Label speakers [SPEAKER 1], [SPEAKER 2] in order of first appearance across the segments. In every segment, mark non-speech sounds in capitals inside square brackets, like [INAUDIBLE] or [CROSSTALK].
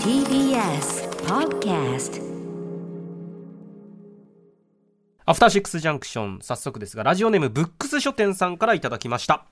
[SPEAKER 1] TBS Podcast
[SPEAKER 2] アフターシックスジャンクション早速ですがラジオネームブックス書店さんからいただきました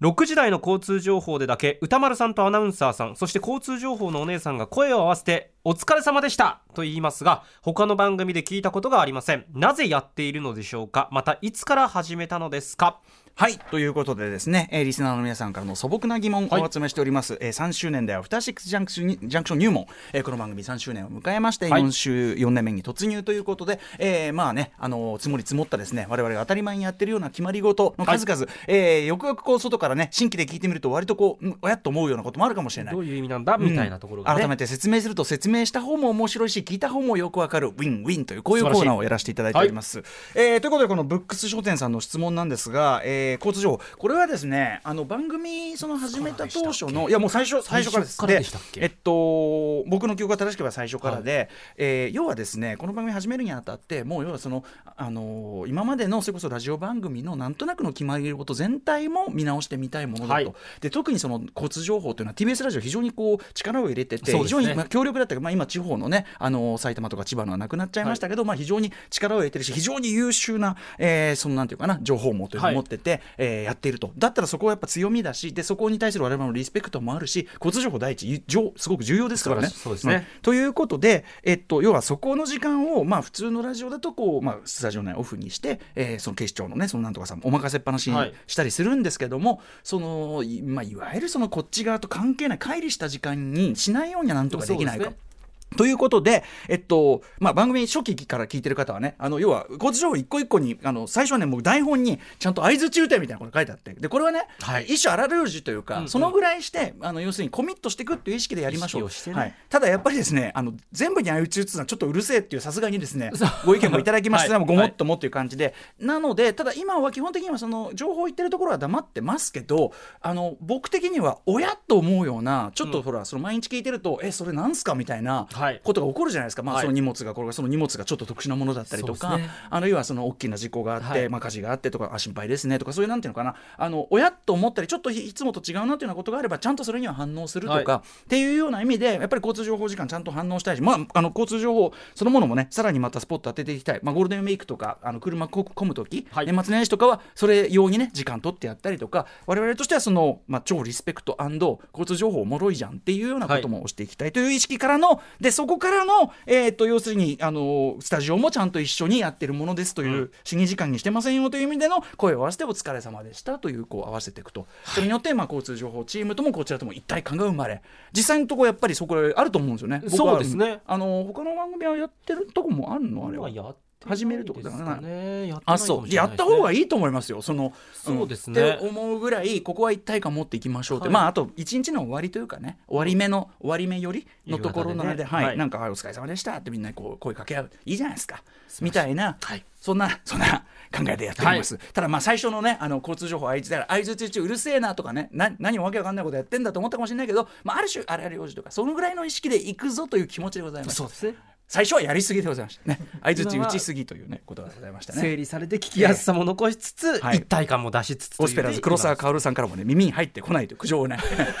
[SPEAKER 2] 6時台の交通情報でだけ歌丸さんとアナウンサーさんそして交通情報のお姉さんが声を合わせて「お疲れ様でした」と言いますが他の番組で聞いたことがありませんなぜやっているのでしょうかまたいつから始めたのですか
[SPEAKER 3] はいということでですね、えーリスナーの皆さんからの素朴な疑問をお集めしております、えー3周年でアフターシックスジャンクションにジャンクション入門、えーこの番組3周年を迎えまして
[SPEAKER 2] はい
[SPEAKER 3] 4週、4年目に突入ということで、えーまあねあのー積もり積もったですね我々が当たり前にやってるような決まり事の数々、えーよくよくこう外からね新規で聞いてみると割とこうんおやっと思うようなこともあるかもしれない
[SPEAKER 2] どういう意味なんだみたいなところが、ね
[SPEAKER 3] 改めて説明すると説明した方も面白いし聞いた方もよくわかるウィンウィンというこういうコ
[SPEAKER 2] 素晴らしい
[SPEAKER 3] ーナーをやらせていただいております。えーということでこのブックス書店さんの質問なんですが、えー、交通情報これはですねあの番組その始めた当初のいやもう最初最初からです。
[SPEAKER 2] 最初からでしたっけ
[SPEAKER 3] えっと僕の記憶が正しければ最初からで、えー要はですねこの番組始めるにあたってもう要はそのあのー今までのそれこそラジオ番組のなんとなくの決まり事全体も見直してみたいものだと。
[SPEAKER 2] はい
[SPEAKER 3] で特にその交通情報というのは TBS ラジオ非常にこう力を入れてて、
[SPEAKER 2] そう
[SPEAKER 3] 非
[SPEAKER 2] です
[SPEAKER 3] 常
[SPEAKER 2] ね
[SPEAKER 3] にまあ強力だったけど、まあ、今地方のねあの埼玉とか千葉のはなくなっちゃいましたけど、まあ、非常に力を入れてるし非常に優秀な、えーそのなんていうかな情報網というのを持ってて、えーやっているとだったらそこはやっぱ強みだしでそこに対する我々のリスペクトもあるし交通情報第一情すごく重要ですからね。
[SPEAKER 2] 素晴らしいそうですね
[SPEAKER 3] ということで、えっと、要はそこの時間を、まあ、普通のラジオだとこう、まあ、スタジオ内オフにして、えーその警視庁のねそのなんとかさんお任せっぱなしに
[SPEAKER 2] はい
[SPEAKER 3] したりするんですけども、そのい,、まあ、いわゆるそのこっち側と関係ない乖離した時間にしないようにはなんとかできない
[SPEAKER 2] そう
[SPEAKER 3] か
[SPEAKER 2] です。
[SPEAKER 3] ということで、えっとまあ、番組初期から聞いてる方はねあの要は交通情報一個一個にあの最初はねもう台本にちゃんと合図中点みたいなことが書いてあってでこれはね、
[SPEAKER 2] はい
[SPEAKER 3] 一種荒療治というか、
[SPEAKER 2] んうん
[SPEAKER 3] そのぐらいしてあの要するにコミットしていくっていう意識でやりましょう
[SPEAKER 2] 意識をしてね
[SPEAKER 3] はい、ただやっぱりですねあの全部に相打ち打つのはちょっとうるせえっていうさすがにですねご意見もいただきまして、
[SPEAKER 2] はい
[SPEAKER 3] もうごもっともっていう感じで、なのでただ今は基本的にはその情報を言ってるところは黙ってますけどあの僕的には親と思うようなちょっとほら、その毎日聞いてるとえそれなんすかみたいな
[SPEAKER 2] はい
[SPEAKER 3] ことが起こるじゃないですか、まあ、
[SPEAKER 2] はい
[SPEAKER 3] その荷物がこれがその荷物がちょっと特殊なものだったりと
[SPEAKER 2] そ
[SPEAKER 3] か、
[SPEAKER 2] うですね
[SPEAKER 3] あるいはその大きな事故があって、
[SPEAKER 2] はい
[SPEAKER 3] まあ、火事があってとかあ心配ですねとかそういうなんていうのかなあの親と思ったりちょっといいつもと違うなというようなことがあればちゃんとそれには反応するとか、
[SPEAKER 2] は
[SPEAKER 3] っていうような意味でやっぱり交通情報時間ちゃんと反応したいし、まあ、あの交通情報そのものもねさらにまたスポット当てていきたい、まあ、ゴールデンウィークとかあの車こ混む時、
[SPEAKER 2] はい
[SPEAKER 3] 年末年始とかはそれ用にね時間取ってやったりとか我々としてはその、まあ、超リスペクト交通情報おもろいじゃんっていうようなことも押していきたいという意識からの、でそこからの、えー、と要するにあのスタジオもちゃんと一緒にやってるものですという、
[SPEAKER 2] う
[SPEAKER 3] 死に時間にしてませんよという意味での声を合わせてお疲れ様でしたというこう合わせていくと、それによって、まあ、交通情報チームともこちらとも一体感が生まれ実際のところやっぱりそこあると思うんですよね。僕は
[SPEAKER 2] そうですね
[SPEAKER 3] あの他の番組はやってるとこもあるのあれは。
[SPEAKER 2] やって
[SPEAKER 3] 始めるってことだな
[SPEAKER 2] ねやってない
[SPEAKER 3] あ
[SPEAKER 2] かも
[SPEAKER 3] そう
[SPEAKER 2] しれ
[SPEAKER 3] や
[SPEAKER 2] ないですね
[SPEAKER 3] った方がいいと思いますよ、そのん
[SPEAKER 2] そうですね
[SPEAKER 3] って思うぐらい、ここは一体感持っていきましょうって、
[SPEAKER 2] はい
[SPEAKER 3] まあ、あと一日の終わりというかね、終わり目の、終わり目よりのところなので、
[SPEAKER 2] 夕方でね
[SPEAKER 3] はい
[SPEAKER 2] はい
[SPEAKER 3] なんか、はいお疲れ様でしたってみんなにこう声かけ合う、いいじゃないですか、みたいな、
[SPEAKER 2] はい
[SPEAKER 3] そんな、そんな考えでやっております。ただ、まあ、最初のね、あの交通情報、あいつだから、あいつ中うるせえなとかね、な何もわけわかんないことやってんだと思ったかもしれないけど、まあ、ある種、あれあれ用事とか、そのぐらいの意識で行くぞという気持ちでございます。
[SPEAKER 2] そうですね
[SPEAKER 3] 最初はやりすぎでございましたね。相づち打ちすぎというね、ことがございましたね。
[SPEAKER 2] 整理されて聞きやすさも残しつつ、
[SPEAKER 3] はい
[SPEAKER 2] 一体感も出しつつという
[SPEAKER 3] オスペラーズ黒沢薫さんからもね耳に入ってこないという苦 [LAUGHS] 情をね受け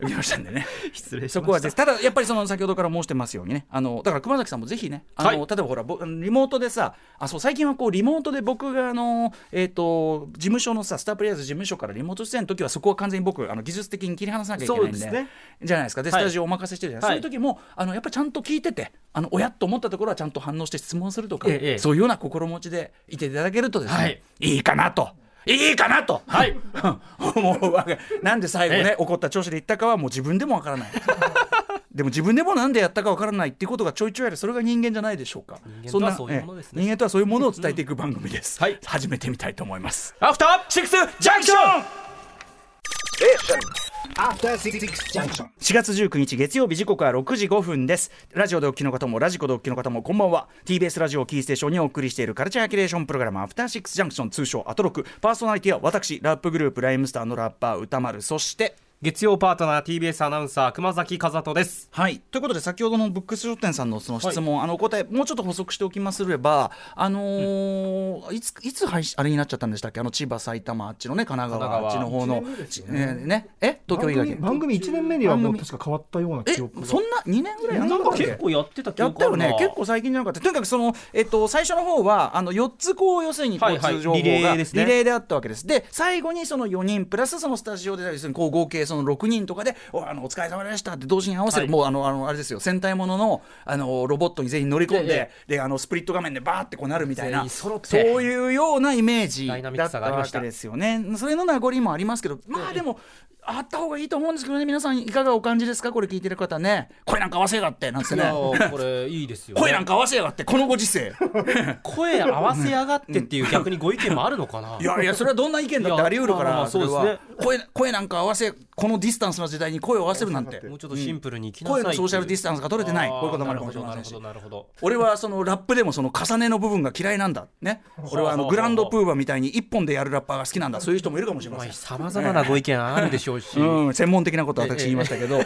[SPEAKER 3] 受けましたんでね
[SPEAKER 2] 失礼しました
[SPEAKER 3] そこはですただやっぱりその先ほどから申してますようにねあのだから熊崎さんもぜひねあの、
[SPEAKER 2] はい
[SPEAKER 3] 例えばほらぼリモートでさあそう最近はこうリモートで僕があの、えー、と事務所のさスタープレイヤーズ事務所からリモート出演の時はそこは完全に僕あの技術的に切り離さなきゃいけないんで
[SPEAKER 2] そうですね
[SPEAKER 3] じゃないですかでス
[SPEAKER 2] はい
[SPEAKER 3] タジオお任せしてるじゃな
[SPEAKER 2] はい
[SPEAKER 3] い、そういう時もあのやっぱりちゃんと聞いててあの親と思ったところはちゃんと反応して質問するとか、
[SPEAKER 2] ええええ
[SPEAKER 3] そういうような心持ちでいていただけるとですね、
[SPEAKER 2] はいい、
[SPEAKER 3] いかなと。いいかなと、 [LAUGHS]
[SPEAKER 2] はい
[SPEAKER 3] もうわかなんで最後ね
[SPEAKER 2] え
[SPEAKER 3] 怒った調子で言ったかはもう自分でもわか
[SPEAKER 2] [LAUGHS]
[SPEAKER 3] らないでも自分でもなんでやったかわからないっていうことがちょいちょいあるそれが人間じゃないでしょうか
[SPEAKER 2] 人間とはそういうものですね
[SPEAKER 3] ええ人間とはそういうものを伝えていく番組です、
[SPEAKER 2] はい
[SPEAKER 3] 始めてみたいと思います
[SPEAKER 2] アフターシックスジャンクション
[SPEAKER 4] After Six Junction.
[SPEAKER 3] 4月19日月曜日時刻は6時5分ですラジオでお聞きの方もラジコでお聞きの方もこんばんは TBS ラジオをキーステーションにお送りしているカルチャーキュレーションプログラムアフターシックスジャンクション通称アトロクパーソナリティは私ラップグループライムスターのラッパー歌丸そして
[SPEAKER 2] 月曜パートナー TBS アナウンサー熊崎和人です
[SPEAKER 3] はい、ということで先ほどのブックス書店さんのその質問、あのお答えもうちょっと補足しておきますれば、あのーいついつ配信あれになっちゃったんでしたっけあの千葉埼玉あっちのね神奈川あっ
[SPEAKER 2] 神
[SPEAKER 3] ちの
[SPEAKER 2] 奈
[SPEAKER 3] 方の、えーねえ東京以外に
[SPEAKER 5] 番組1年目にはも
[SPEAKER 3] 番
[SPEAKER 5] う
[SPEAKER 3] 組
[SPEAKER 5] 確か変わったような
[SPEAKER 3] え
[SPEAKER 5] 記憶が
[SPEAKER 3] そんな2年ぐらいやんなかったっけ
[SPEAKER 2] 結構やってた記
[SPEAKER 3] やっ
[SPEAKER 2] 憶あ
[SPEAKER 3] たよ
[SPEAKER 2] るな
[SPEAKER 3] ね結構最近じゃなかったとにかくその、えっと、最初の方はあの4つこう要するに
[SPEAKER 2] はい
[SPEAKER 3] 交
[SPEAKER 2] はい
[SPEAKER 3] 通情報が
[SPEAKER 2] リレーですね
[SPEAKER 3] リレーであったわけですで最後にその4人プラスそのスタジオで要するにこう合計その6人とかでおあのお疲れ様でしたって同時に合わせる、
[SPEAKER 2] はい
[SPEAKER 3] もうあのあのあれですよ戦隊もののあのロボットに全員乗り込んで
[SPEAKER 2] ええ
[SPEAKER 3] であのスプリット画面でバーってこうなるみたい
[SPEAKER 2] 全
[SPEAKER 3] な
[SPEAKER 2] 員揃って
[SPEAKER 3] そういうようなイメージ
[SPEAKER 2] ダイナミッ
[SPEAKER 3] だ
[SPEAKER 2] ク
[SPEAKER 3] っ
[SPEAKER 2] さ
[SPEAKER 3] た
[SPEAKER 2] がありま
[SPEAKER 3] わ
[SPEAKER 2] した
[SPEAKER 3] けですよねそれの名残もありますけどまあでもあった方がいいと思うんですけどね皆さんいかがお感じですかこれ聞いてる方ね声なんか合わせやがってなんつって
[SPEAKER 2] い
[SPEAKER 3] ね
[SPEAKER 2] やーこれいいですよ、ね、
[SPEAKER 3] [LAUGHS] 声なんか合わせやがってこのご時世
[SPEAKER 2] 声合わせやがってっていう逆にご意見もあるのかな
[SPEAKER 3] [LAUGHS] いやいやそれはどんな意見だってあり得るか
[SPEAKER 2] いやまあまあ
[SPEAKER 3] ら
[SPEAKER 2] そうですね
[SPEAKER 3] それは声声なんか合わせこのディスタンスの時代に声を合わせるな
[SPEAKER 2] [LAUGHS]
[SPEAKER 3] んて
[SPEAKER 2] もうちょっとシンプルにいきなさい
[SPEAKER 3] 声のソーシャルディスタンスが取れてないこういうこともあ
[SPEAKER 2] な
[SPEAKER 3] る
[SPEAKER 2] るほ
[SPEAKER 3] かもし
[SPEAKER 2] ど
[SPEAKER 3] れ
[SPEAKER 2] な
[SPEAKER 3] ま
[SPEAKER 2] るほ
[SPEAKER 3] せんし
[SPEAKER 2] どなるほど
[SPEAKER 3] 俺はそのラップでもその重ねの部分が嫌いなんだね俺はあのグランドプーバーみたいに一本でやるラッパーが好きなんだそういう人もいるかもしれま
[SPEAKER 2] ま
[SPEAKER 3] せん
[SPEAKER 2] あさまざまなご意見あるでしょうし、
[SPEAKER 3] うん、専門的なことは私言いましたけど。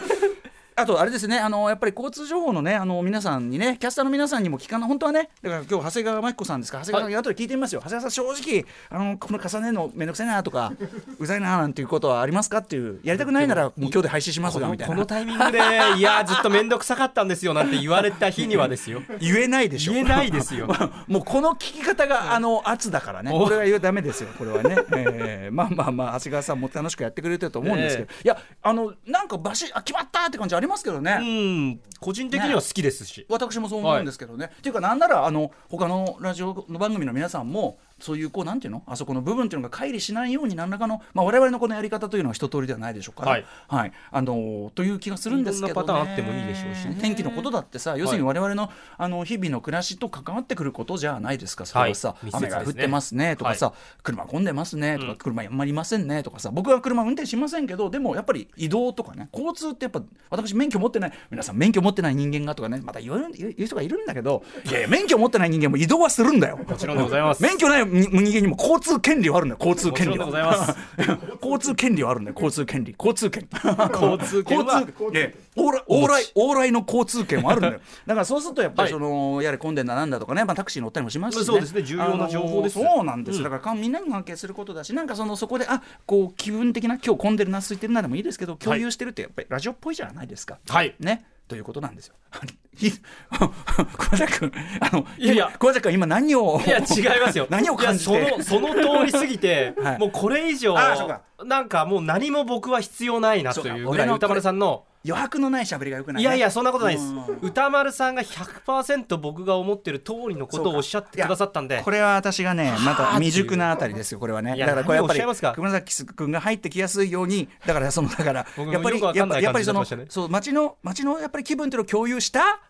[SPEAKER 3] あとあれですねあのやっぱり交通情報のねあの皆さんにねキャスターの皆さんにも聞かない本当はねだから今日長谷川真紀子さんですか長谷川さんに後で聞いてみますよ、長谷川さん正直あのこの重ねるのめんどくさいなとかうざいななんていうことはありますかっていうやりたくないならもう今日で廃止します
[SPEAKER 2] こ
[SPEAKER 3] が
[SPEAKER 2] の
[SPEAKER 3] みたい
[SPEAKER 2] こ
[SPEAKER 3] な
[SPEAKER 2] のタイミングでいやずっと面倒くさかったんですよなんて言われた日にはですよ
[SPEAKER 3] 言えないでしょ
[SPEAKER 2] 言えないですよ
[SPEAKER 3] もうこの聞き方があの圧だからね、
[SPEAKER 2] お
[SPEAKER 3] これは言うダメですよ、これはね。えーまあまあまあ、長谷川さんも楽しくやってくれてると思うんですけど、いや、あの、なんかバシあ決まったって感じありますけどね。
[SPEAKER 2] うん個人的には好きですし、
[SPEAKER 3] 私もそう思うんですけどね。っていうか、なんなら、あの、他のラジオの番組の皆さんも、そういう、こう、なんていうの、あそこの部分っていうのが乖離しないように、何らかの、まあ、我々のこのやり方というのは一通りではないでしょうから、
[SPEAKER 2] はい
[SPEAKER 3] あのという気がするんですけど、ね、
[SPEAKER 2] いろんなパターンあってもいいでしょうしね
[SPEAKER 3] 天気のことだってさ、要するに我々の、あの、日々の暮らしと関わってくることじゃないですか、それはさ、
[SPEAKER 2] はい密接
[SPEAKER 3] 雨
[SPEAKER 2] ですね
[SPEAKER 3] が降ってますねとかさ、車混んでますねとか、車あんまりいませんねとかさ僕は車運転しませんけどでもやっぱり移動とかね交通ってやっぱ私免許持ってない皆さん免許持ってない人間がとかねまた言われる言う言う人がいるんだけどいやいや免許持ってない人間も移動はするんだよ。
[SPEAKER 2] もちろんでございます
[SPEAKER 3] 免許ない人間にも交通権利はあるんだよ交通権利は
[SPEAKER 2] もちろんでござい
[SPEAKER 3] 交通権利はあるんだよ交通権利交通権
[SPEAKER 2] 交通権は
[SPEAKER 3] 交通ええ往来往来往来の交通権もあるんだ
[SPEAKER 2] [LAUGHS]
[SPEAKER 3] よだからそうするとやっぱりその、やれ混んでんだなんだとかね、まあ、タクシー乗ったりもしますし、ね、
[SPEAKER 2] そうですね重要な情報です
[SPEAKER 3] あのーそうなんです、だからかみんなに関係することだしなんかそのそこであこう気分的な今日混んでるな空いてるなでもいいですけど共有してるってやっぱりラジオっぽいじゃないですか
[SPEAKER 2] はい
[SPEAKER 3] ねということなんですよ [LAUGHS] い小崎君あの
[SPEAKER 2] いやいや
[SPEAKER 3] 小崎君今何を
[SPEAKER 2] いや違いますよ
[SPEAKER 3] [LAUGHS] 何を感じて
[SPEAKER 2] いやそのそ [LAUGHS] の通りすぎて、
[SPEAKER 3] はい
[SPEAKER 2] もうこれ以上
[SPEAKER 3] あそうか
[SPEAKER 2] なんかもう何も僕は必要ないなというぐらい
[SPEAKER 3] そうか
[SPEAKER 2] 歌丸さんの
[SPEAKER 3] 余白のない喋りがよくない、
[SPEAKER 2] い
[SPEAKER 3] ね、
[SPEAKER 2] やいやそんなことないです
[SPEAKER 3] うん
[SPEAKER 2] 歌丸さんが100%僕が思ってる通りのことをおっしゃってくださったんで
[SPEAKER 3] これは私がねまた未熟なあたりですよこれはね
[SPEAKER 2] いや
[SPEAKER 3] だからこれやっぱ
[SPEAKER 2] 何をおっしゃいますか
[SPEAKER 3] り熊崎君が入ってきやすいようにだからそのだから
[SPEAKER 2] 僕も
[SPEAKER 3] やっぱり
[SPEAKER 2] よくわ
[SPEAKER 3] や
[SPEAKER 2] か
[SPEAKER 3] っ
[SPEAKER 2] んな
[SPEAKER 3] ぱ
[SPEAKER 2] い
[SPEAKER 3] やっぱりそ
[SPEAKER 2] 感
[SPEAKER 3] の
[SPEAKER 2] じになってました
[SPEAKER 3] そう街の街のやっぱり気分っていうのを共有した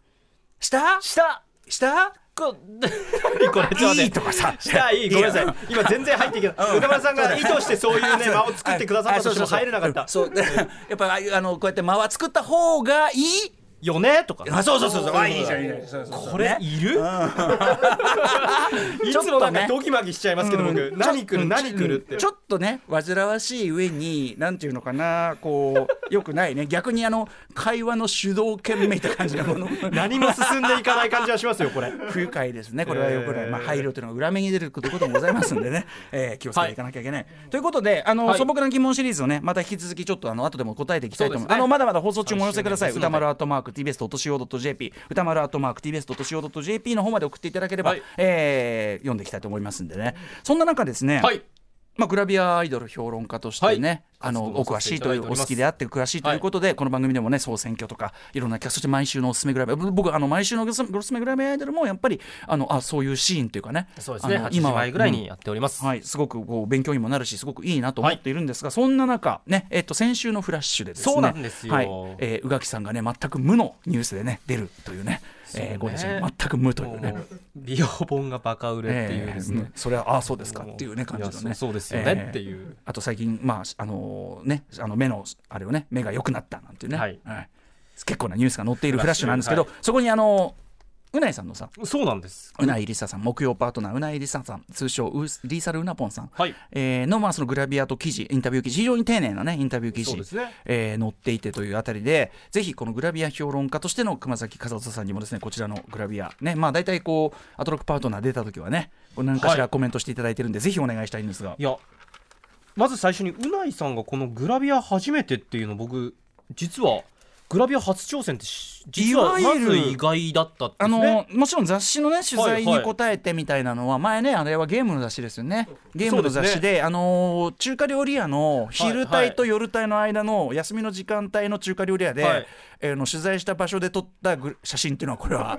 [SPEAKER 3] したしたした
[SPEAKER 2] こ [LAUGHS] これちょっと待って
[SPEAKER 3] いいとかさ
[SPEAKER 2] したいいごめんなさい今全然入っていけない歌丸さんが意図してそういう
[SPEAKER 3] [LAUGHS]
[SPEAKER 2] ね間を作ってくださったとしても入れなかった
[SPEAKER 3] そうそう [LAUGHS] そうそうやっぱりああいうあのこうやって間は作った方がいい
[SPEAKER 2] よねとか
[SPEAKER 3] あそうそうそうそうあいいじゃんいいじゃんそうそうそう
[SPEAKER 2] これいるい
[SPEAKER 3] ちょっ
[SPEAKER 2] つもなん
[SPEAKER 3] と
[SPEAKER 2] か
[SPEAKER 3] ね
[SPEAKER 2] ドキマキしちゃいますけど
[SPEAKER 3] うん
[SPEAKER 2] 僕何来る何来るって
[SPEAKER 3] ちょっとね煩わしい上になんていうのかなこうよくないね逆にあの会話の主導権めいた感じ
[SPEAKER 2] [LAUGHS]
[SPEAKER 3] のもの
[SPEAKER 2] 何も進んでいかない感じはしますよこれ
[SPEAKER 3] 不愉快ですねこれはよくない、
[SPEAKER 2] えー
[SPEAKER 3] まあ、配慮というのが裏目に出ることもございますん
[SPEAKER 2] [LAUGHS]
[SPEAKER 3] でね、えー気をつけていかなきゃいけない、ということであの、
[SPEAKER 2] はい
[SPEAKER 3] 素朴な疑問シリーズをねまた引き続きちょっとあの後でも答えていきたいと思います
[SPEAKER 2] そうですね
[SPEAKER 3] あのまだまだ放送中もお寄せください
[SPEAKER 2] 楽しみですの
[SPEAKER 3] 歌
[SPEAKER 2] で
[SPEAKER 3] 丸アットマーク TBS.CO.JP 歌丸アットマーク TBS.CO.JP の方まで送っていただければ、
[SPEAKER 2] はい
[SPEAKER 3] えー読んでいきたいと思いますんでねそんな中ですね、
[SPEAKER 2] はい
[SPEAKER 3] まあ、グラビアアイドル評論家としてね、
[SPEAKER 2] はい
[SPEAKER 3] あの
[SPEAKER 2] 活動
[SPEAKER 3] お
[SPEAKER 2] さ
[SPEAKER 3] 詳
[SPEAKER 2] せて
[SPEAKER 3] し
[SPEAKER 2] い
[SPEAKER 3] い
[SPEAKER 2] ただ
[SPEAKER 3] と
[SPEAKER 2] い
[SPEAKER 3] い
[SPEAKER 2] てお
[SPEAKER 3] う
[SPEAKER 2] りま
[SPEAKER 3] お
[SPEAKER 2] す
[SPEAKER 3] 好きであって詳しいということで、この番組でもね総選挙とかいろんなキャストそして毎週のおすすめグラビア僕あの毎週のグスおすすめグラビアアイドルもやっぱりあのあそういうシーンというかね
[SPEAKER 2] そうですね
[SPEAKER 3] あの
[SPEAKER 2] 8時
[SPEAKER 3] は
[SPEAKER 2] 前ぐらいにやっております
[SPEAKER 3] うんはい、すごくこう勉強にもなるしすごくいいなと思っているんですが、そんな中、ねえっと、先週の「フラッシュ」でですね
[SPEAKER 2] そうなんですよ
[SPEAKER 3] はいえー宇垣さんがね全く無のニュースでね出るというね
[SPEAKER 2] うね
[SPEAKER 3] えーご自身全く無というね
[SPEAKER 2] も。う美容本がバカ売れっていうです
[SPEAKER 3] ええう
[SPEAKER 2] ね
[SPEAKER 3] んそれはああそうですかっていう
[SPEAKER 2] も
[SPEAKER 3] ね
[SPEAKER 2] う
[SPEAKER 3] 感じの
[SPEAKER 2] いや
[SPEAKER 3] ね
[SPEAKER 2] そうそうですよねっていう
[SPEAKER 3] あと最近まああのねあの目のあれをね目が良くなったなんていうね、
[SPEAKER 2] はい
[SPEAKER 3] 結構なニュースが載っているフラッシュなんですけど、
[SPEAKER 2] フ
[SPEAKER 3] そこにあのうないさんのさ
[SPEAKER 2] そうなんです。
[SPEAKER 3] うないりささん木曜パートナーうないりささん通称うリーサルうなぽんさん、
[SPEAKER 2] はい
[SPEAKER 3] えーの、まあ、そのグラビアと記事インタビュー記事非常に丁寧な、ね、インタビュー記
[SPEAKER 2] そ
[SPEAKER 3] 事
[SPEAKER 2] うですね
[SPEAKER 3] えー載っていてというあたりでぜひこのグラビア評論家としての熊崎和人さんにもですねこちらのグラビア、ねまあ、大体こうアトロックパートナー出た時はねこう何かし
[SPEAKER 2] は
[SPEAKER 3] ら
[SPEAKER 2] い
[SPEAKER 3] コメントしていただいてるんで、ぜひお願いしたいんですが
[SPEAKER 2] いやまず最初にうないさんがこのグラビア初めてっていうの僕実はグラビア初挑戦ってし実はい
[SPEAKER 3] わ
[SPEAKER 2] ま
[SPEAKER 3] ゆる
[SPEAKER 2] ず意外だったんで
[SPEAKER 3] あ
[SPEAKER 2] す
[SPEAKER 3] の
[SPEAKER 2] ね。
[SPEAKER 3] もちろん雑誌のね取材
[SPEAKER 2] はい
[SPEAKER 3] に
[SPEAKER 2] はい
[SPEAKER 3] 答えてみたいなのは、前ねあれはゲームの雑誌ですよねゲームの雑
[SPEAKER 2] そ
[SPEAKER 3] 誌
[SPEAKER 2] う
[SPEAKER 3] であのー中華料理屋の
[SPEAKER 2] は
[SPEAKER 3] 昼
[SPEAKER 2] いは
[SPEAKER 3] 帯
[SPEAKER 2] い
[SPEAKER 3] と夜帯の間の休みの時間帯の中華料理屋で、
[SPEAKER 2] はい
[SPEAKER 3] えーの取材した場所で撮ったグ写真っていうのはこ
[SPEAKER 2] [LAUGHS]
[SPEAKER 3] れは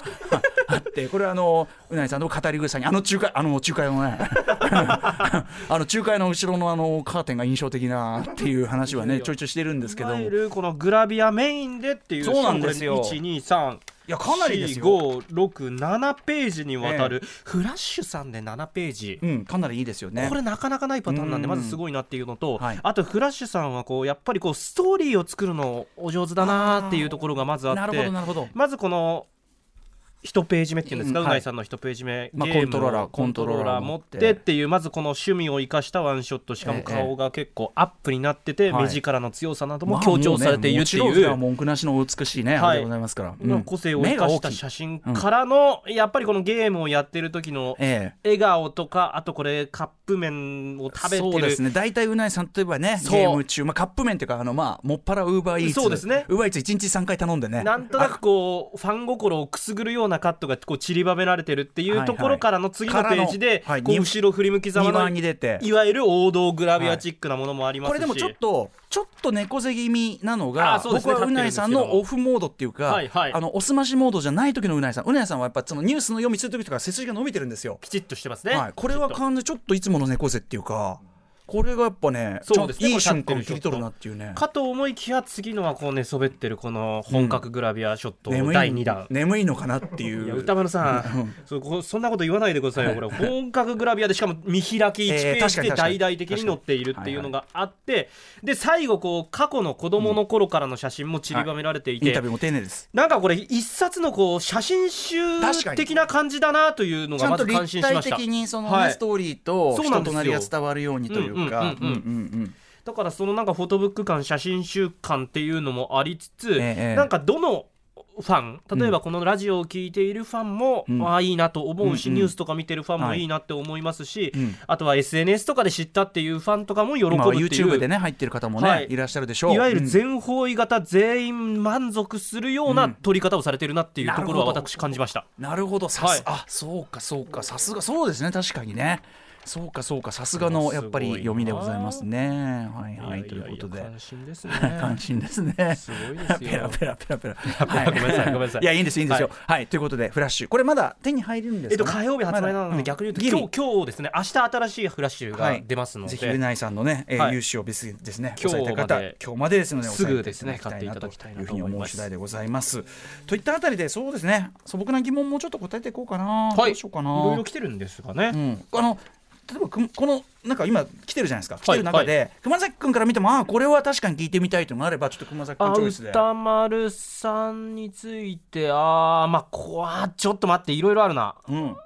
[SPEAKER 3] あってこれはあのうなぎさんの語り草にあの中華あの中華屋のね [LAUGHS] あの中華屋の後ろのあのカーテンが印象的なっていう話はねちょいちょいしてるんですけ
[SPEAKER 2] い
[SPEAKER 3] ど
[SPEAKER 2] わ
[SPEAKER 3] も
[SPEAKER 2] ゆるこのグラビアメインでっていう
[SPEAKER 3] そうなんですよ
[SPEAKER 2] 1 2 3
[SPEAKER 3] いやかなりですよ
[SPEAKER 2] 567ページにわたる、フラッシュさんで7ページ、
[SPEAKER 3] うん、かなりいいですよね
[SPEAKER 2] これなかなかないパターンなんで
[SPEAKER 3] うん
[SPEAKER 2] まずすごいなっていうのと、
[SPEAKER 3] はい
[SPEAKER 2] あとフラッシュさんはこうやっぱりこうストーリーを作るのお上手だなっていうところがまずあって
[SPEAKER 3] なるほどなるほど
[SPEAKER 2] まずこの1ページ目っていうんですか、
[SPEAKER 3] う
[SPEAKER 2] うんがいさんの1ページ目、
[SPEAKER 3] まあ
[SPEAKER 2] ゲムを
[SPEAKER 3] コントローラー
[SPEAKER 2] コントローラー持っ
[SPEAKER 3] コントロー
[SPEAKER 2] て
[SPEAKER 3] ラー持
[SPEAKER 2] っ
[SPEAKER 3] って
[SPEAKER 2] ていうまずこの趣味を生かしたワンショットしか
[SPEAKER 3] え
[SPEAKER 2] も
[SPEAKER 3] え
[SPEAKER 2] 顔が結構アップになってて、
[SPEAKER 3] はい
[SPEAKER 2] 目力の強さなども
[SPEAKER 3] まあ
[SPEAKER 2] 強調されているって
[SPEAKER 3] も
[SPEAKER 2] いう
[SPEAKER 3] ねもちろんそれは
[SPEAKER 2] う。
[SPEAKER 3] 文句なしの美しいね、
[SPEAKER 2] はい
[SPEAKER 3] あれでございますから、うん
[SPEAKER 2] 個性を生かした写
[SPEAKER 3] 目が大きい
[SPEAKER 2] 真からの、やっぱりこのゲームをやってる時の
[SPEAKER 3] ええ
[SPEAKER 2] 笑顔とかあとこれカップ麺を食べてる
[SPEAKER 3] そうですね大体うないさんといえばね
[SPEAKER 2] そう
[SPEAKER 3] ゲーム中、まあ、カップ麺というかあの、まあ、もっぱらウーバーイーツ
[SPEAKER 2] そうですね
[SPEAKER 3] ウーバーイーツ1日3回頼んでね
[SPEAKER 2] なんとなくこうファン心をくすぐるようなカットがこう散りばめられてるっていうところからの次のページで、
[SPEAKER 3] からのはい
[SPEAKER 2] こう後ろ振り向きざま
[SPEAKER 3] 2
[SPEAKER 2] の
[SPEAKER 3] 番に出て
[SPEAKER 2] いわゆる王道グラビアチックなものもありますし、
[SPEAKER 3] これでもちょっとちょっと猫背気味なのが、
[SPEAKER 2] あそうです
[SPEAKER 3] 僕
[SPEAKER 2] ね
[SPEAKER 3] はうないさんのオフモードっていうか、
[SPEAKER 2] はいはい
[SPEAKER 3] あのおすましモードじゃない時のうないさんうないさんはやっぱそのニュースの読みする時とか背筋が伸びてるんですよ、
[SPEAKER 2] きちっとしてますね、
[SPEAKER 3] はい、これは
[SPEAKER 2] きちっと
[SPEAKER 3] 完全にちょっといつもの猫背っていうかこれがやっぱね
[SPEAKER 2] そうですね
[SPEAKER 3] ちゃんと
[SPEAKER 2] これ
[SPEAKER 3] いい
[SPEAKER 2] 立ってる
[SPEAKER 3] 瞬間を切り取る
[SPEAKER 2] ちょ
[SPEAKER 3] な
[SPEAKER 2] っと
[SPEAKER 3] っていうね
[SPEAKER 2] かと思いきや次のはこう寝そべってるこの本格グラビアショット
[SPEAKER 3] 眠い
[SPEAKER 2] 第2弾、
[SPEAKER 3] 眠いのかなっていう
[SPEAKER 2] いや歌丸さんそうこそんなこと言わないでくださいよ、これ、本格グラビアで、しかも見開き1
[SPEAKER 3] えー
[SPEAKER 2] ペー
[SPEAKER 3] 確
[SPEAKER 2] ジ
[SPEAKER 3] かに
[SPEAKER 2] で
[SPEAKER 3] 確かに
[SPEAKER 2] 大々的に載っているっていうのがあって、で最後こう、過去の子どもの頃からの写真も散りばめられてい
[SPEAKER 3] イン
[SPEAKER 2] て
[SPEAKER 3] タビ、ューも丁寧です
[SPEAKER 2] なんかこれ、一冊のこう写真集
[SPEAKER 3] 確かに
[SPEAKER 2] 的な感じだなというの
[SPEAKER 3] ち
[SPEAKER 2] が、
[SPEAKER 3] ゃん
[SPEAKER 2] ま
[SPEAKER 3] と
[SPEAKER 2] ず感
[SPEAKER 3] 立
[SPEAKER 2] 心しま
[SPEAKER 3] 体
[SPEAKER 2] した
[SPEAKER 3] 的。にその、
[SPEAKER 2] は
[SPEAKER 3] ね
[SPEAKER 2] い
[SPEAKER 3] ストーリーと
[SPEAKER 2] そうなんで
[SPEAKER 3] 人
[SPEAKER 2] す
[SPEAKER 3] と
[SPEAKER 2] よ
[SPEAKER 3] なりが伝わるようにというか
[SPEAKER 2] うんうんうん
[SPEAKER 3] うんうん
[SPEAKER 2] だからそのなんかフォトブック感写真集感っていうのもありつつ、
[SPEAKER 3] ええ
[SPEAKER 2] なんかどのファン例えばこのラジオを聞いているファンも、
[SPEAKER 3] ん
[SPEAKER 2] ああいいなと思うし、
[SPEAKER 3] うんうん
[SPEAKER 2] ニュースとか見てるファンも
[SPEAKER 3] はい
[SPEAKER 2] いいなって思いますし、
[SPEAKER 3] うん
[SPEAKER 2] あとは SNS とかで知ったっていうファンとかも喜ぶ
[SPEAKER 3] 今は
[SPEAKER 2] っていう。
[SPEAKER 3] YouTube でね入ってる方もね、
[SPEAKER 2] はい
[SPEAKER 3] い、らっしゃるでしょう
[SPEAKER 2] いわゆ
[SPEAKER 3] う
[SPEAKER 2] る
[SPEAKER 3] ん
[SPEAKER 2] 全方位型全員満足するような撮り方をされてるなっていうところは
[SPEAKER 3] なるほど
[SPEAKER 2] 私感じました、
[SPEAKER 3] なるほどさす、
[SPEAKER 2] はい
[SPEAKER 3] あそうかそうかさすがそうですね確かにねそうかそうかさすがのやっぱり
[SPEAKER 2] すごいな
[SPEAKER 3] 読みでございますねはいはい
[SPEAKER 2] や
[SPEAKER 3] ということで
[SPEAKER 2] やや感心
[SPEAKER 3] [LAUGHS]
[SPEAKER 2] ですね
[SPEAKER 3] 関心ですね。
[SPEAKER 2] すごいですよ
[SPEAKER 3] ペラペラペラペラ。
[SPEAKER 2] ラごめんなさいごめんなさい
[SPEAKER 3] いや、いいんです、いいんですよ。はい、ということで、フラッシュ、これまだ手に入るんですかね。
[SPEAKER 2] えっと、火曜日発売な
[SPEAKER 3] ま
[SPEAKER 2] の
[SPEAKER 3] だう
[SPEAKER 2] で
[SPEAKER 3] ん
[SPEAKER 2] 逆に言
[SPEAKER 3] ギ
[SPEAKER 2] う
[SPEAKER 3] リ
[SPEAKER 2] と今日今日ですね明日新しいフラッシュが出ますの
[SPEAKER 3] はい、
[SPEAKER 2] で、
[SPEAKER 3] ぜひうないさんのね、えー
[SPEAKER 2] はい
[SPEAKER 3] 融資を別にですね
[SPEAKER 2] 今日
[SPEAKER 3] 抑えた方
[SPEAKER 2] まで
[SPEAKER 3] 今日までですのです
[SPEAKER 2] ぐ
[SPEAKER 3] 抑えというふうに思う次第でございますといったあたりでそうですね素朴な疑問もちょっと答えていこうかな、どうしようかな
[SPEAKER 2] ろいろ来てるんですがね、
[SPEAKER 3] うん、あの例えばくこのなんか今来てるじゃないですか来てる中で、
[SPEAKER 2] は
[SPEAKER 3] 熊崎君から見てもああこれは確かに聞いてみたいというのがあればちょっと熊崎君
[SPEAKER 2] あ
[SPEAKER 3] チョイスで。
[SPEAKER 2] 歌丸さんについてあーまあこわちょっと待っていろいろあるな
[SPEAKER 3] うん、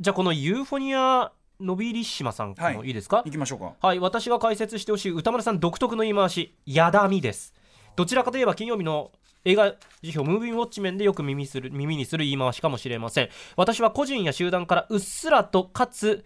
[SPEAKER 2] じゃあこのユーフォニアノビリッシマさんからも
[SPEAKER 3] はい
[SPEAKER 2] いいですか
[SPEAKER 3] 行きましょうか。
[SPEAKER 2] はい、私が解説してほしい歌丸さん独特の言い回し、やだみです。どちらかといえば金曜日の映画辞表、ムービーウォッチ面でよく耳する耳にする言い回しかもしれません。私は個人や集団からうっすらとかつ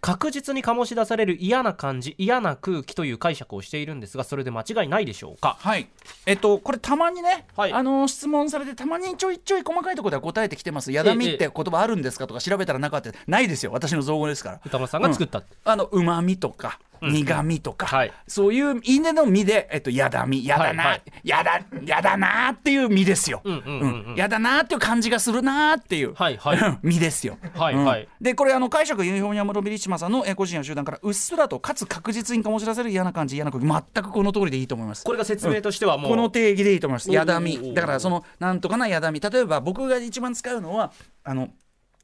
[SPEAKER 2] 確実に醸し出される嫌な感じ、嫌な空気という解釈をしているんですが、それで間違いないでしょうか。
[SPEAKER 3] はい、えっと、これたまにね、
[SPEAKER 2] はい
[SPEAKER 3] あの質問されてたまにちょいちょい細かいところでは答えてきてます「やだみ」って言葉あるんですかとか調べたらなかったないですよ私の造語ですから
[SPEAKER 2] 歌丸さんが作った。
[SPEAKER 3] あのうまみとか苦みとか、
[SPEAKER 2] はい
[SPEAKER 3] そういう因縁の実で「えっと、やだみ」「やだな」
[SPEAKER 2] はい
[SPEAKER 3] やだ「やだな」っていう実ですよ、
[SPEAKER 2] うんうんうんうん
[SPEAKER 3] やだなーっていう感じがするなーっていう、
[SPEAKER 2] はいはい
[SPEAKER 3] うん身ですよ。
[SPEAKER 2] はいはい
[SPEAKER 3] うんでこれあの解釈ユーフォニアムロビリッチマさんのえー個人や集団からうっすらとかつ確実に醸し出せる嫌な感じ嫌な空気全くこの通りでいいと思います。
[SPEAKER 2] これが説明としてはもう、
[SPEAKER 3] この定義でいいと思いま
[SPEAKER 2] お
[SPEAKER 3] す。
[SPEAKER 2] ー
[SPEAKER 3] や
[SPEAKER 2] お
[SPEAKER 3] だ
[SPEAKER 2] ーおー
[SPEAKER 3] み。だからそのなんとかなやだみ。例えば僕が一番使うのはあの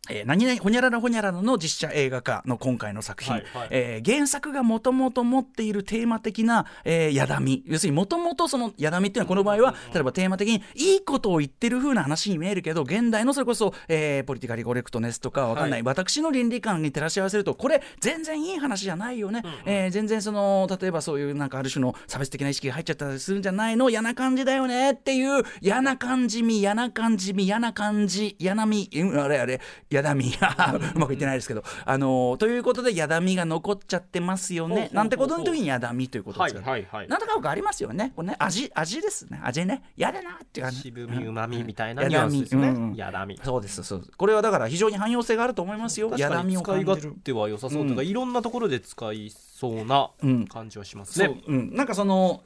[SPEAKER 6] えー何々ほにゃららほにゃららの実写映画化の今回の作品、
[SPEAKER 2] はいはい
[SPEAKER 6] えー原作がもともと持っているテーマ的な、えーやだみ要するにもともとそのやだみっていうのはこの場合は例えばテーマ的にいいことを言ってる風な話に見えるけど現代のそれこそ、えーポリティカリコレクトネスとかわかんない、
[SPEAKER 2] はい
[SPEAKER 6] 私の倫理観に照らし合わせるとこれ全然いい話じゃないよね、えー全然その例えばそういうなんかある種の差別的な意識が入っちゃったりするんじゃないの嫌な感じだよねっていう嫌な感じみ嫌な感じみ嫌な感じ嫌なみうんあれあれ嫌だみ [LAUGHS] うまくいってないですけどあのーということで嫌だみが残っちゃってますよ
[SPEAKER 2] ほうほうほ
[SPEAKER 6] ね
[SPEAKER 2] う
[SPEAKER 6] なんてことの時に嫌だみということで
[SPEAKER 2] はい
[SPEAKER 6] すから、
[SPEAKER 2] はいはい
[SPEAKER 6] なんとかよくありますよねこれね味味ですね味ね嫌だなっていう感じ
[SPEAKER 2] 渋みうまみみたいな
[SPEAKER 6] うん
[SPEAKER 2] ニュアンスですよ
[SPEAKER 6] やだみうん
[SPEAKER 2] ねやだみ
[SPEAKER 6] そうですそうですこれはだから非常に汎用性があると思いますよ
[SPEAKER 2] 確
[SPEAKER 6] や
[SPEAKER 2] か
[SPEAKER 6] だ
[SPEAKER 2] に
[SPEAKER 6] みを
[SPEAKER 2] 使
[SPEAKER 6] 感
[SPEAKER 2] い勝
[SPEAKER 6] じる
[SPEAKER 2] 手は良さそうというか、いろんなところで使いそうな
[SPEAKER 6] うん
[SPEAKER 2] 感じはします
[SPEAKER 6] そ
[SPEAKER 2] ね。
[SPEAKER 6] う、うん、なんかその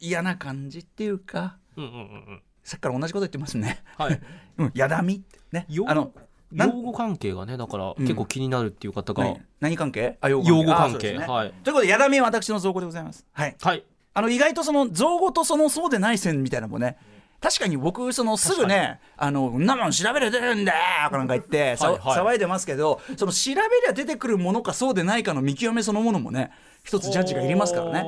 [SPEAKER 6] 嫌な感じっていうか
[SPEAKER 2] うんうんうんうん。
[SPEAKER 6] さっきから同じこと言ってますね。
[SPEAKER 3] [LAUGHS]
[SPEAKER 2] はい。
[SPEAKER 6] うん、やだみってね
[SPEAKER 2] よ。
[SPEAKER 6] あの、な
[SPEAKER 2] 用
[SPEAKER 6] ん
[SPEAKER 2] 語関係がね、だから結構気になるっていう方が、
[SPEAKER 6] 何何関係あ、用
[SPEAKER 2] 用語
[SPEAKER 6] あ
[SPEAKER 2] 関
[SPEAKER 6] そう
[SPEAKER 2] 係、
[SPEAKER 6] ですね
[SPEAKER 2] はい。
[SPEAKER 6] ということで、やだみは私の造語でございます。はい。
[SPEAKER 2] はい。
[SPEAKER 6] あの、意外とその造語とそのそうでない線みたいなのもね、確かに僕、そのすぐね、あの、んなもん調べりゃ出るんだーとかなんか言って、さ
[SPEAKER 2] はいはい
[SPEAKER 6] 騒いでますけど、その調べりゃ出てくるものかそうでないかの見極めそのものもね、一つジャッジがいりますからね。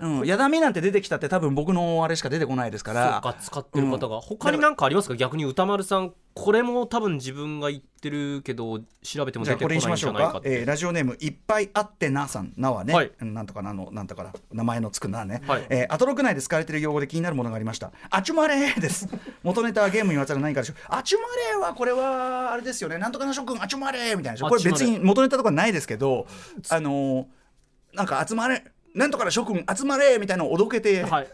[SPEAKER 6] うん、やだみなんて出てきたって多分僕のあれしか出てこないですから。
[SPEAKER 2] そうか使ってる方が、他に何かありますか逆に歌丸さんこれも多分自分が言ってるけど調べても
[SPEAKER 3] じゃ
[SPEAKER 2] 出
[SPEAKER 3] あ
[SPEAKER 2] てこないんじ
[SPEAKER 3] これにし
[SPEAKER 2] ゃ
[SPEAKER 3] ましょう
[SPEAKER 2] ないか
[SPEAKER 3] か
[SPEAKER 2] っ、て
[SPEAKER 3] えーラジオネームいっぱいあってなさんなはね、
[SPEAKER 2] はい
[SPEAKER 3] なんとかなのなんとかな名前のつくなね、
[SPEAKER 2] はい
[SPEAKER 3] えーアトロク内で使われている用語で気になるものがありましたあちゅまれーです元ネタはゲームにわたら何かでしょうあちゅまれーはこれはあれですよねなんとかな諸君あちゅまれーみたいなでしょこれ別に元ネタとかないですけどあのーなんか集まれなんとかな諸君集まれーみたいなのをおどけて、
[SPEAKER 2] はい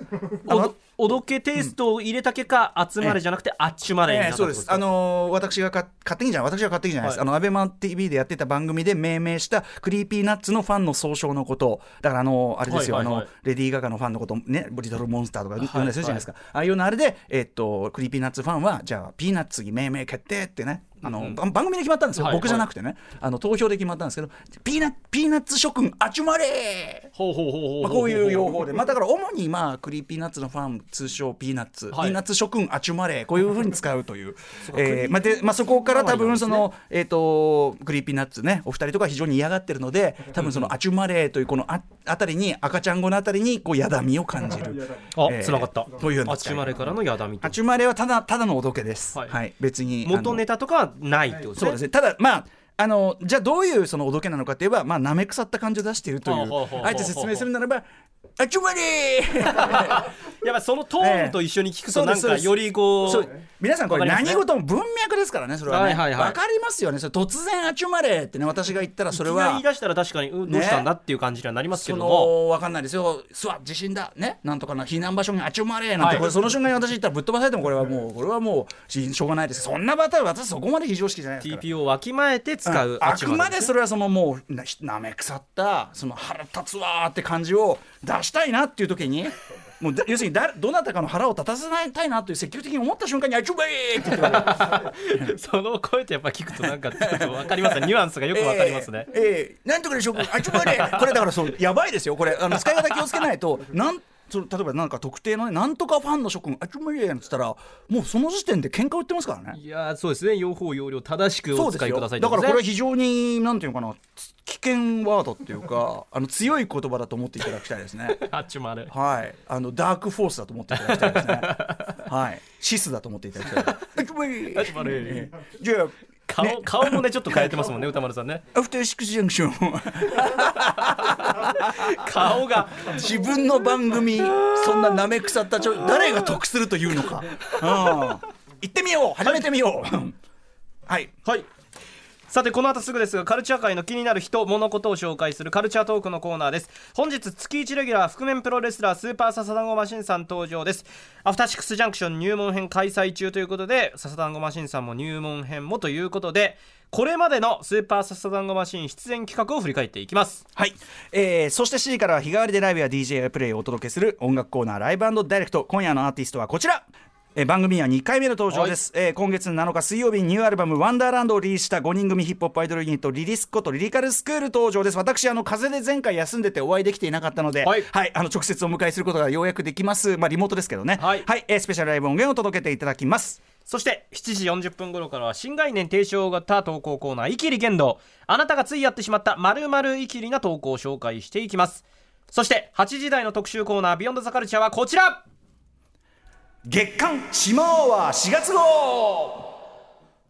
[SPEAKER 3] あ
[SPEAKER 2] お
[SPEAKER 3] の
[SPEAKER 2] どおどけテイストを入れた結果、集まれじゃなくてあっちまれになっ
[SPEAKER 3] ええ
[SPEAKER 2] た
[SPEAKER 3] そうです。あ
[SPEAKER 2] あの
[SPEAKER 3] のー私がか勝手にじゃない、私が勝手にじゃないです。
[SPEAKER 2] はい
[SPEAKER 3] あの、アベマ TV でやってた番組で命名した、クリーピーナッツのファンの総称のこと、だからあのーあれですよ、
[SPEAKER 2] はいはいはい
[SPEAKER 3] あの、レディー・ガガのファンのこと、ね、リトル・モンスターとか
[SPEAKER 2] い
[SPEAKER 3] 呼んだりするじゃないですか。ああいうのあれで、えっと、クリーピーナッツファンは、じゃあ、ピーナッツに命名決定ってね、あの、ば番組で決まったんですよ。
[SPEAKER 2] はいはい
[SPEAKER 3] 僕じゃなくてね、あの、投票で決まったんですけど、ピーナピーナッツ諸君、あちゅまれー
[SPEAKER 2] ほうほうほうほうほ
[SPEAKER 3] まあ、こういう用法で、まあ、だから主にまあクリーピーナッツのファン通称ピーナッツ、
[SPEAKER 2] はい
[SPEAKER 3] ピーナッツ諸君アチュマレーこういうふうに使う
[SPEAKER 2] [LAUGHS]
[SPEAKER 3] という
[SPEAKER 2] うか
[SPEAKER 3] えーまあでまあ、そこから多分そ
[SPEAKER 2] そうな
[SPEAKER 3] の、えー、とクリーピーナッツねお二人とか非常に嫌がってるので多分そのアチュマレーというこのああたりに赤ちゃん語のあたりにこうやだみを感じる。
[SPEAKER 2] あ、
[SPEAKER 3] えー
[SPEAKER 2] つながった
[SPEAKER 3] というよう
[SPEAKER 2] あ
[SPEAKER 3] な
[SPEAKER 2] っ
[SPEAKER 3] 使い
[SPEAKER 2] ちまれからのやだみた
[SPEAKER 3] ア
[SPEAKER 2] い
[SPEAKER 3] チュマレーはただただのおどけです。
[SPEAKER 2] は
[SPEAKER 3] はいい、別にあの
[SPEAKER 2] 元ネタとかはないってこと
[SPEAKER 3] そうですね。ただまああのじゃあどういうそのおどけなのかといえばまあ舐め腐った感じを出しているとい
[SPEAKER 2] ほうほうほうほう
[SPEAKER 3] うあえて説明するならば「あちゅまれー!」
[SPEAKER 2] やっぱそのトーンと一緒に聞くとなん
[SPEAKER 3] え
[SPEAKER 2] か
[SPEAKER 3] え
[SPEAKER 2] よりこう,、
[SPEAKER 3] そう皆さんこれ
[SPEAKER 2] わかりますね
[SPEAKER 3] 何事も文脈ですからねそれはね、
[SPEAKER 2] は
[SPEAKER 3] わ
[SPEAKER 2] いはいはい
[SPEAKER 3] かりますよねそれ突然「あちゅまれ」ってね私が言ったらそれ
[SPEAKER 2] いきなり
[SPEAKER 3] は
[SPEAKER 2] 言い出したら確かに、うん、どうしたんだっていう感じにはなりますけ
[SPEAKER 3] そ
[SPEAKER 2] ども、
[SPEAKER 3] の分かんないですよ「すわ地震だねなんとかな避難場所にあちゅまれ」なん
[SPEAKER 2] は
[SPEAKER 3] て、
[SPEAKER 2] い
[SPEAKER 3] これその瞬間に私言ったらぶっ飛ばされてもこれはもうこれはもうししょうがないですそんなバター私そこまで非常識じゃないですから。
[SPEAKER 2] TPO をわきまえて使う、
[SPEAKER 3] あくま
[SPEAKER 2] で
[SPEAKER 3] でそれはそのもうななめ腐ったその腹立つわーって感じを出したいなっていう時にもうだ要するにだどなたかの腹を立たせないたいなという積極的に思った瞬間に「あちゅまれ」って言ってくれ
[SPEAKER 2] [LAUGHS]
[SPEAKER 3] る。
[SPEAKER 2] その声とやっぱ聞くとなんかちょっとわかりますねニュアンスが [LAUGHS] よくわかりますね、
[SPEAKER 3] えーえーなんとかでしょうか。あちょ
[SPEAKER 2] [LAUGHS]
[SPEAKER 3] っとねこれだからそうやばいですよ。これあの使い方気をつけないとなん。その例えばなんか特定のねなんとかファンの諸君あちょまれなんつったらもうその時点で喧嘩売ってますからね。
[SPEAKER 2] いやーそうですね用法用量正しく
[SPEAKER 3] そ
[SPEAKER 2] お
[SPEAKER 3] うで
[SPEAKER 2] 使
[SPEAKER 3] す
[SPEAKER 2] い
[SPEAKER 3] よ。
[SPEAKER 2] くだ
[SPEAKER 3] だか
[SPEAKER 2] さい
[SPEAKER 3] らこれは
[SPEAKER 2] れ
[SPEAKER 3] 非常になんていうのかなつ危険ワードっていうか [LAUGHS] あの強い言葉だと思っていただきたいです [LAUGHS] ね。
[SPEAKER 2] あっちまで
[SPEAKER 3] はい。あのダークフォースだと思っていただきたいですね。 [LAUGHS] はい。シスだと思っていただきたい。あちょまれ
[SPEAKER 2] あっちまで
[SPEAKER 3] じゃあ
[SPEAKER 2] 顔,、顔もねちょっと変えてますもんね歌丸さんね
[SPEAKER 3] アフターシックスジャンクション。
[SPEAKER 2] 顔が
[SPEAKER 3] [LAUGHS] 自分の番組そんな舐め腐ったちょ誰が得するというのか、うん、行ってみよう始めてみようはい
[SPEAKER 2] はいさてこの後すぐですがカルチャー界の気になる人物事を紹介するカルチャートークのコーナーです本日月1レギュラー覆面プロレスラースーパーササダンゴマシンさん登場ですアフターシックスジャンクション入門編開催中ということでササダンゴマシンさんも入門編もということでこれまでのスーパーササダンゴマシン出演企画を振り返っていきます
[SPEAKER 3] はい、えーそして7時からは日替わりでライブや DJ やプレイをお届けする音楽コーナーライブダイレクト今夜のアーティストはこちらえー番組には2回目の登場です、えー今月7日水曜日にニューアルバム「ワンダーランド」をリリースした5人組ヒップホップアイドルユニットリリスコとリリカルスクール登場です私あの風邪で前回休んでてお会いできていなかったので、
[SPEAKER 2] は
[SPEAKER 3] はいいあの直接お迎えすることがようやくできます、まあ、リモートですけどね
[SPEAKER 2] はい
[SPEAKER 3] えースペシャルライブ音源を届けていただきます
[SPEAKER 2] そして7時40分頃からは新概念提唱型投稿コーナー「イキリ言動」あなたがついやってしまった〇〇イキリな投稿を紹介していきますそして8時台の特集コーナー「ビヨンドザカルチャーはこちら
[SPEAKER 3] 月刊シマオは4月号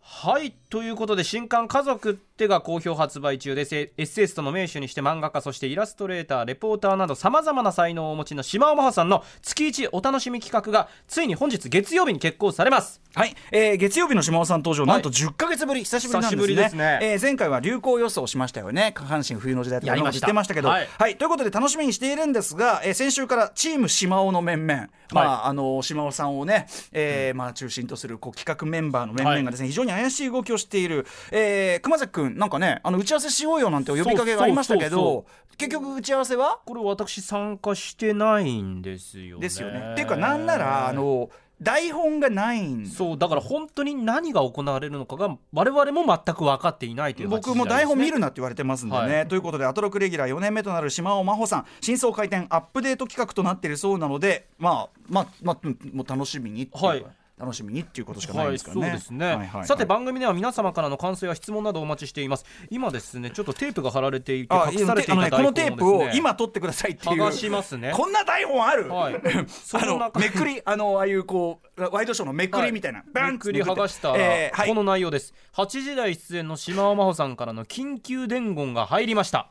[SPEAKER 2] はいということで新刊「家族って」が好評発売中ですエエッセイストの名手にして漫画家そしてイラストレーターレポーターなどさまざまな才能をお持ちの島尾真帆さんの月一お楽しみ企画がついに本日月曜日に決行されます
[SPEAKER 3] はい、えー月曜日の島尾さん登場、
[SPEAKER 2] い
[SPEAKER 3] なんと10ヶ月ぶり久しぶりなんですね
[SPEAKER 2] 久しぶりですね
[SPEAKER 3] えー前回は流行予想しましたよね下半身冬の時代とか
[SPEAKER 2] やり
[SPEAKER 3] 言
[SPEAKER 2] ま
[SPEAKER 3] っ
[SPEAKER 2] した
[SPEAKER 3] てましたけど
[SPEAKER 2] はい
[SPEAKER 3] はい、ということで楽しみにしているんですが、えー先週からチーム島尾の面々、まああの島尾さんをね、えーまあ、中心とするこう企画メンバーの面々がですね、非常に怪しい動きをしている、えー熊崎君なんかねあの打ち合わせしようよなんてお呼びかけがありましたけ
[SPEAKER 2] そうそう
[SPEAKER 3] ど結局打ち合わせは
[SPEAKER 2] これ私参加してないんですよね
[SPEAKER 3] ですよね。っていうかなんならあの台本がないんです
[SPEAKER 2] そうだから本当に何が行われるのかが我々も全く分かっていないという
[SPEAKER 3] 僕も台本見
[SPEAKER 2] る
[SPEAKER 3] るなって言われてますんでね。
[SPEAKER 2] はい
[SPEAKER 3] ということで、アトロクレギュラー4年目となる島尾真帆さん、真相回転アップデート企画となっているそうなので、まあ、まあ、まあ、うんもう楽しみにっていう
[SPEAKER 2] はい
[SPEAKER 3] 楽しみにっていうことしかない
[SPEAKER 2] はい、
[SPEAKER 3] です
[SPEAKER 2] そ
[SPEAKER 3] か
[SPEAKER 2] う
[SPEAKER 3] らね。
[SPEAKER 2] ですね、
[SPEAKER 3] はいはいはい
[SPEAKER 2] さて番組では皆様からの感想や質問などお待ちしています今ですねちょっとテープが貼られていて
[SPEAKER 3] あ
[SPEAKER 2] 隠されてい
[SPEAKER 3] あの
[SPEAKER 2] た台
[SPEAKER 3] ね、こ
[SPEAKER 2] 本
[SPEAKER 3] の
[SPEAKER 2] をです、
[SPEAKER 3] テ
[SPEAKER 2] ね、
[SPEAKER 3] ープを今取ってくださいっていう。
[SPEAKER 2] 剥がしますね
[SPEAKER 3] こんな台 [LAUGHS] 本ある、
[SPEAKER 2] はいそ
[SPEAKER 3] あ
[SPEAKER 2] の
[SPEAKER 3] の
[SPEAKER 2] 中
[SPEAKER 3] めくりあのああいうこうワイドショーのめくりみたいな、バン
[SPEAKER 2] め
[SPEAKER 3] って
[SPEAKER 2] くり剥がしたら、
[SPEAKER 3] えーはい
[SPEAKER 2] この内容です8時台出演の島尾真帆さんからの緊急伝言が入りました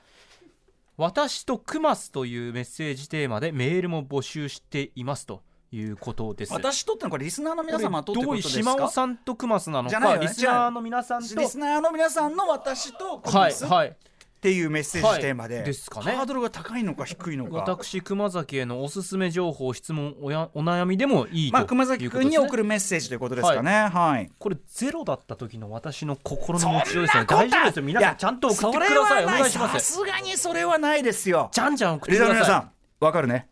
[SPEAKER 2] 私とクマスというメッセージテーマでメールも募集していますということです
[SPEAKER 3] 私とってのこれリスナーの皆様とってことですか
[SPEAKER 2] どういう島尾さんとクマスなの
[SPEAKER 3] じ
[SPEAKER 2] か
[SPEAKER 3] ゃないよね
[SPEAKER 2] リスナーの皆さんと
[SPEAKER 3] リスナーの皆さんの私とこ
[SPEAKER 2] はい
[SPEAKER 3] いつ
[SPEAKER 2] はい
[SPEAKER 3] っていうメッセージテーマで,、
[SPEAKER 2] はいですかね
[SPEAKER 3] ハードルが高いのか低いのか。
[SPEAKER 2] 私熊崎へのおすすめ情報質問おやお悩みでもいいと
[SPEAKER 3] まあ、熊崎君に送
[SPEAKER 2] る
[SPEAKER 3] るメッセージということですかね。はい。
[SPEAKER 2] これゼロだった時の私の心の持ちようですね大丈夫ですよ皆さんちゃんと送ってくださいお願いしま
[SPEAKER 3] さ
[SPEAKER 2] す
[SPEAKER 3] すがにそれはないですよ。
[SPEAKER 2] じゃんじゃん送っ
[SPEAKER 3] リ
[SPEAKER 2] てく
[SPEAKER 3] ザの
[SPEAKER 2] だ
[SPEAKER 3] 皆
[SPEAKER 2] さ
[SPEAKER 3] さ
[SPEAKER 2] い
[SPEAKER 3] ん、わかるね。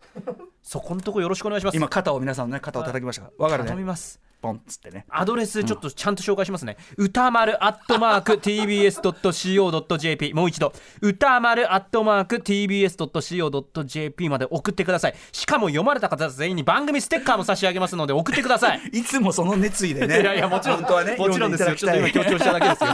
[SPEAKER 2] そこのとこよろしくお願いします
[SPEAKER 3] 今肩を皆さんのね肩を叩きましたが、わか
[SPEAKER 2] 頼
[SPEAKER 3] る
[SPEAKER 2] み
[SPEAKER 3] ね。
[SPEAKER 2] ます
[SPEAKER 3] ポンっつってね。
[SPEAKER 2] アドレスちょっとちゃんと紹介しますね、歌丸アットマーク TBS.CO.JP もう一度歌丸アットマーク TBS.CO.JP まで送ってくださいしかも読まれた方全員に番組ステッカーも差し上げますので送ってください
[SPEAKER 3] いつもその熱意でね。
[SPEAKER 2] いやいやもちろん
[SPEAKER 3] 本当はね。
[SPEAKER 2] もちろんですよちょっと今強調しただけですよ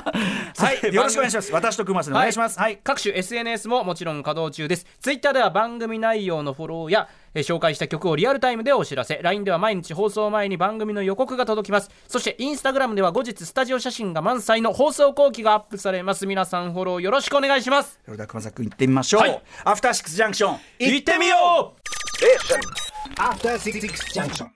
[SPEAKER 3] はい、よろしくお願いします。私と熊さんお願いします。はい。
[SPEAKER 2] 各種 SNS ももちろん稼働中です。Twitter では番組内容のフォローや、えー紹介した曲をリアルタイムでお知らせ、LINE では毎日放送前に番組の予告が届きます。そして Instagram では後日スタジオ写真が満載の放送後期がアップされます。皆さんフォローよろしくお願いします。
[SPEAKER 3] それでは熊崎君行ってみましょう。
[SPEAKER 2] はい
[SPEAKER 3] アフターシックスジャンクション。
[SPEAKER 2] 行ってみよう
[SPEAKER 7] After Six Junction.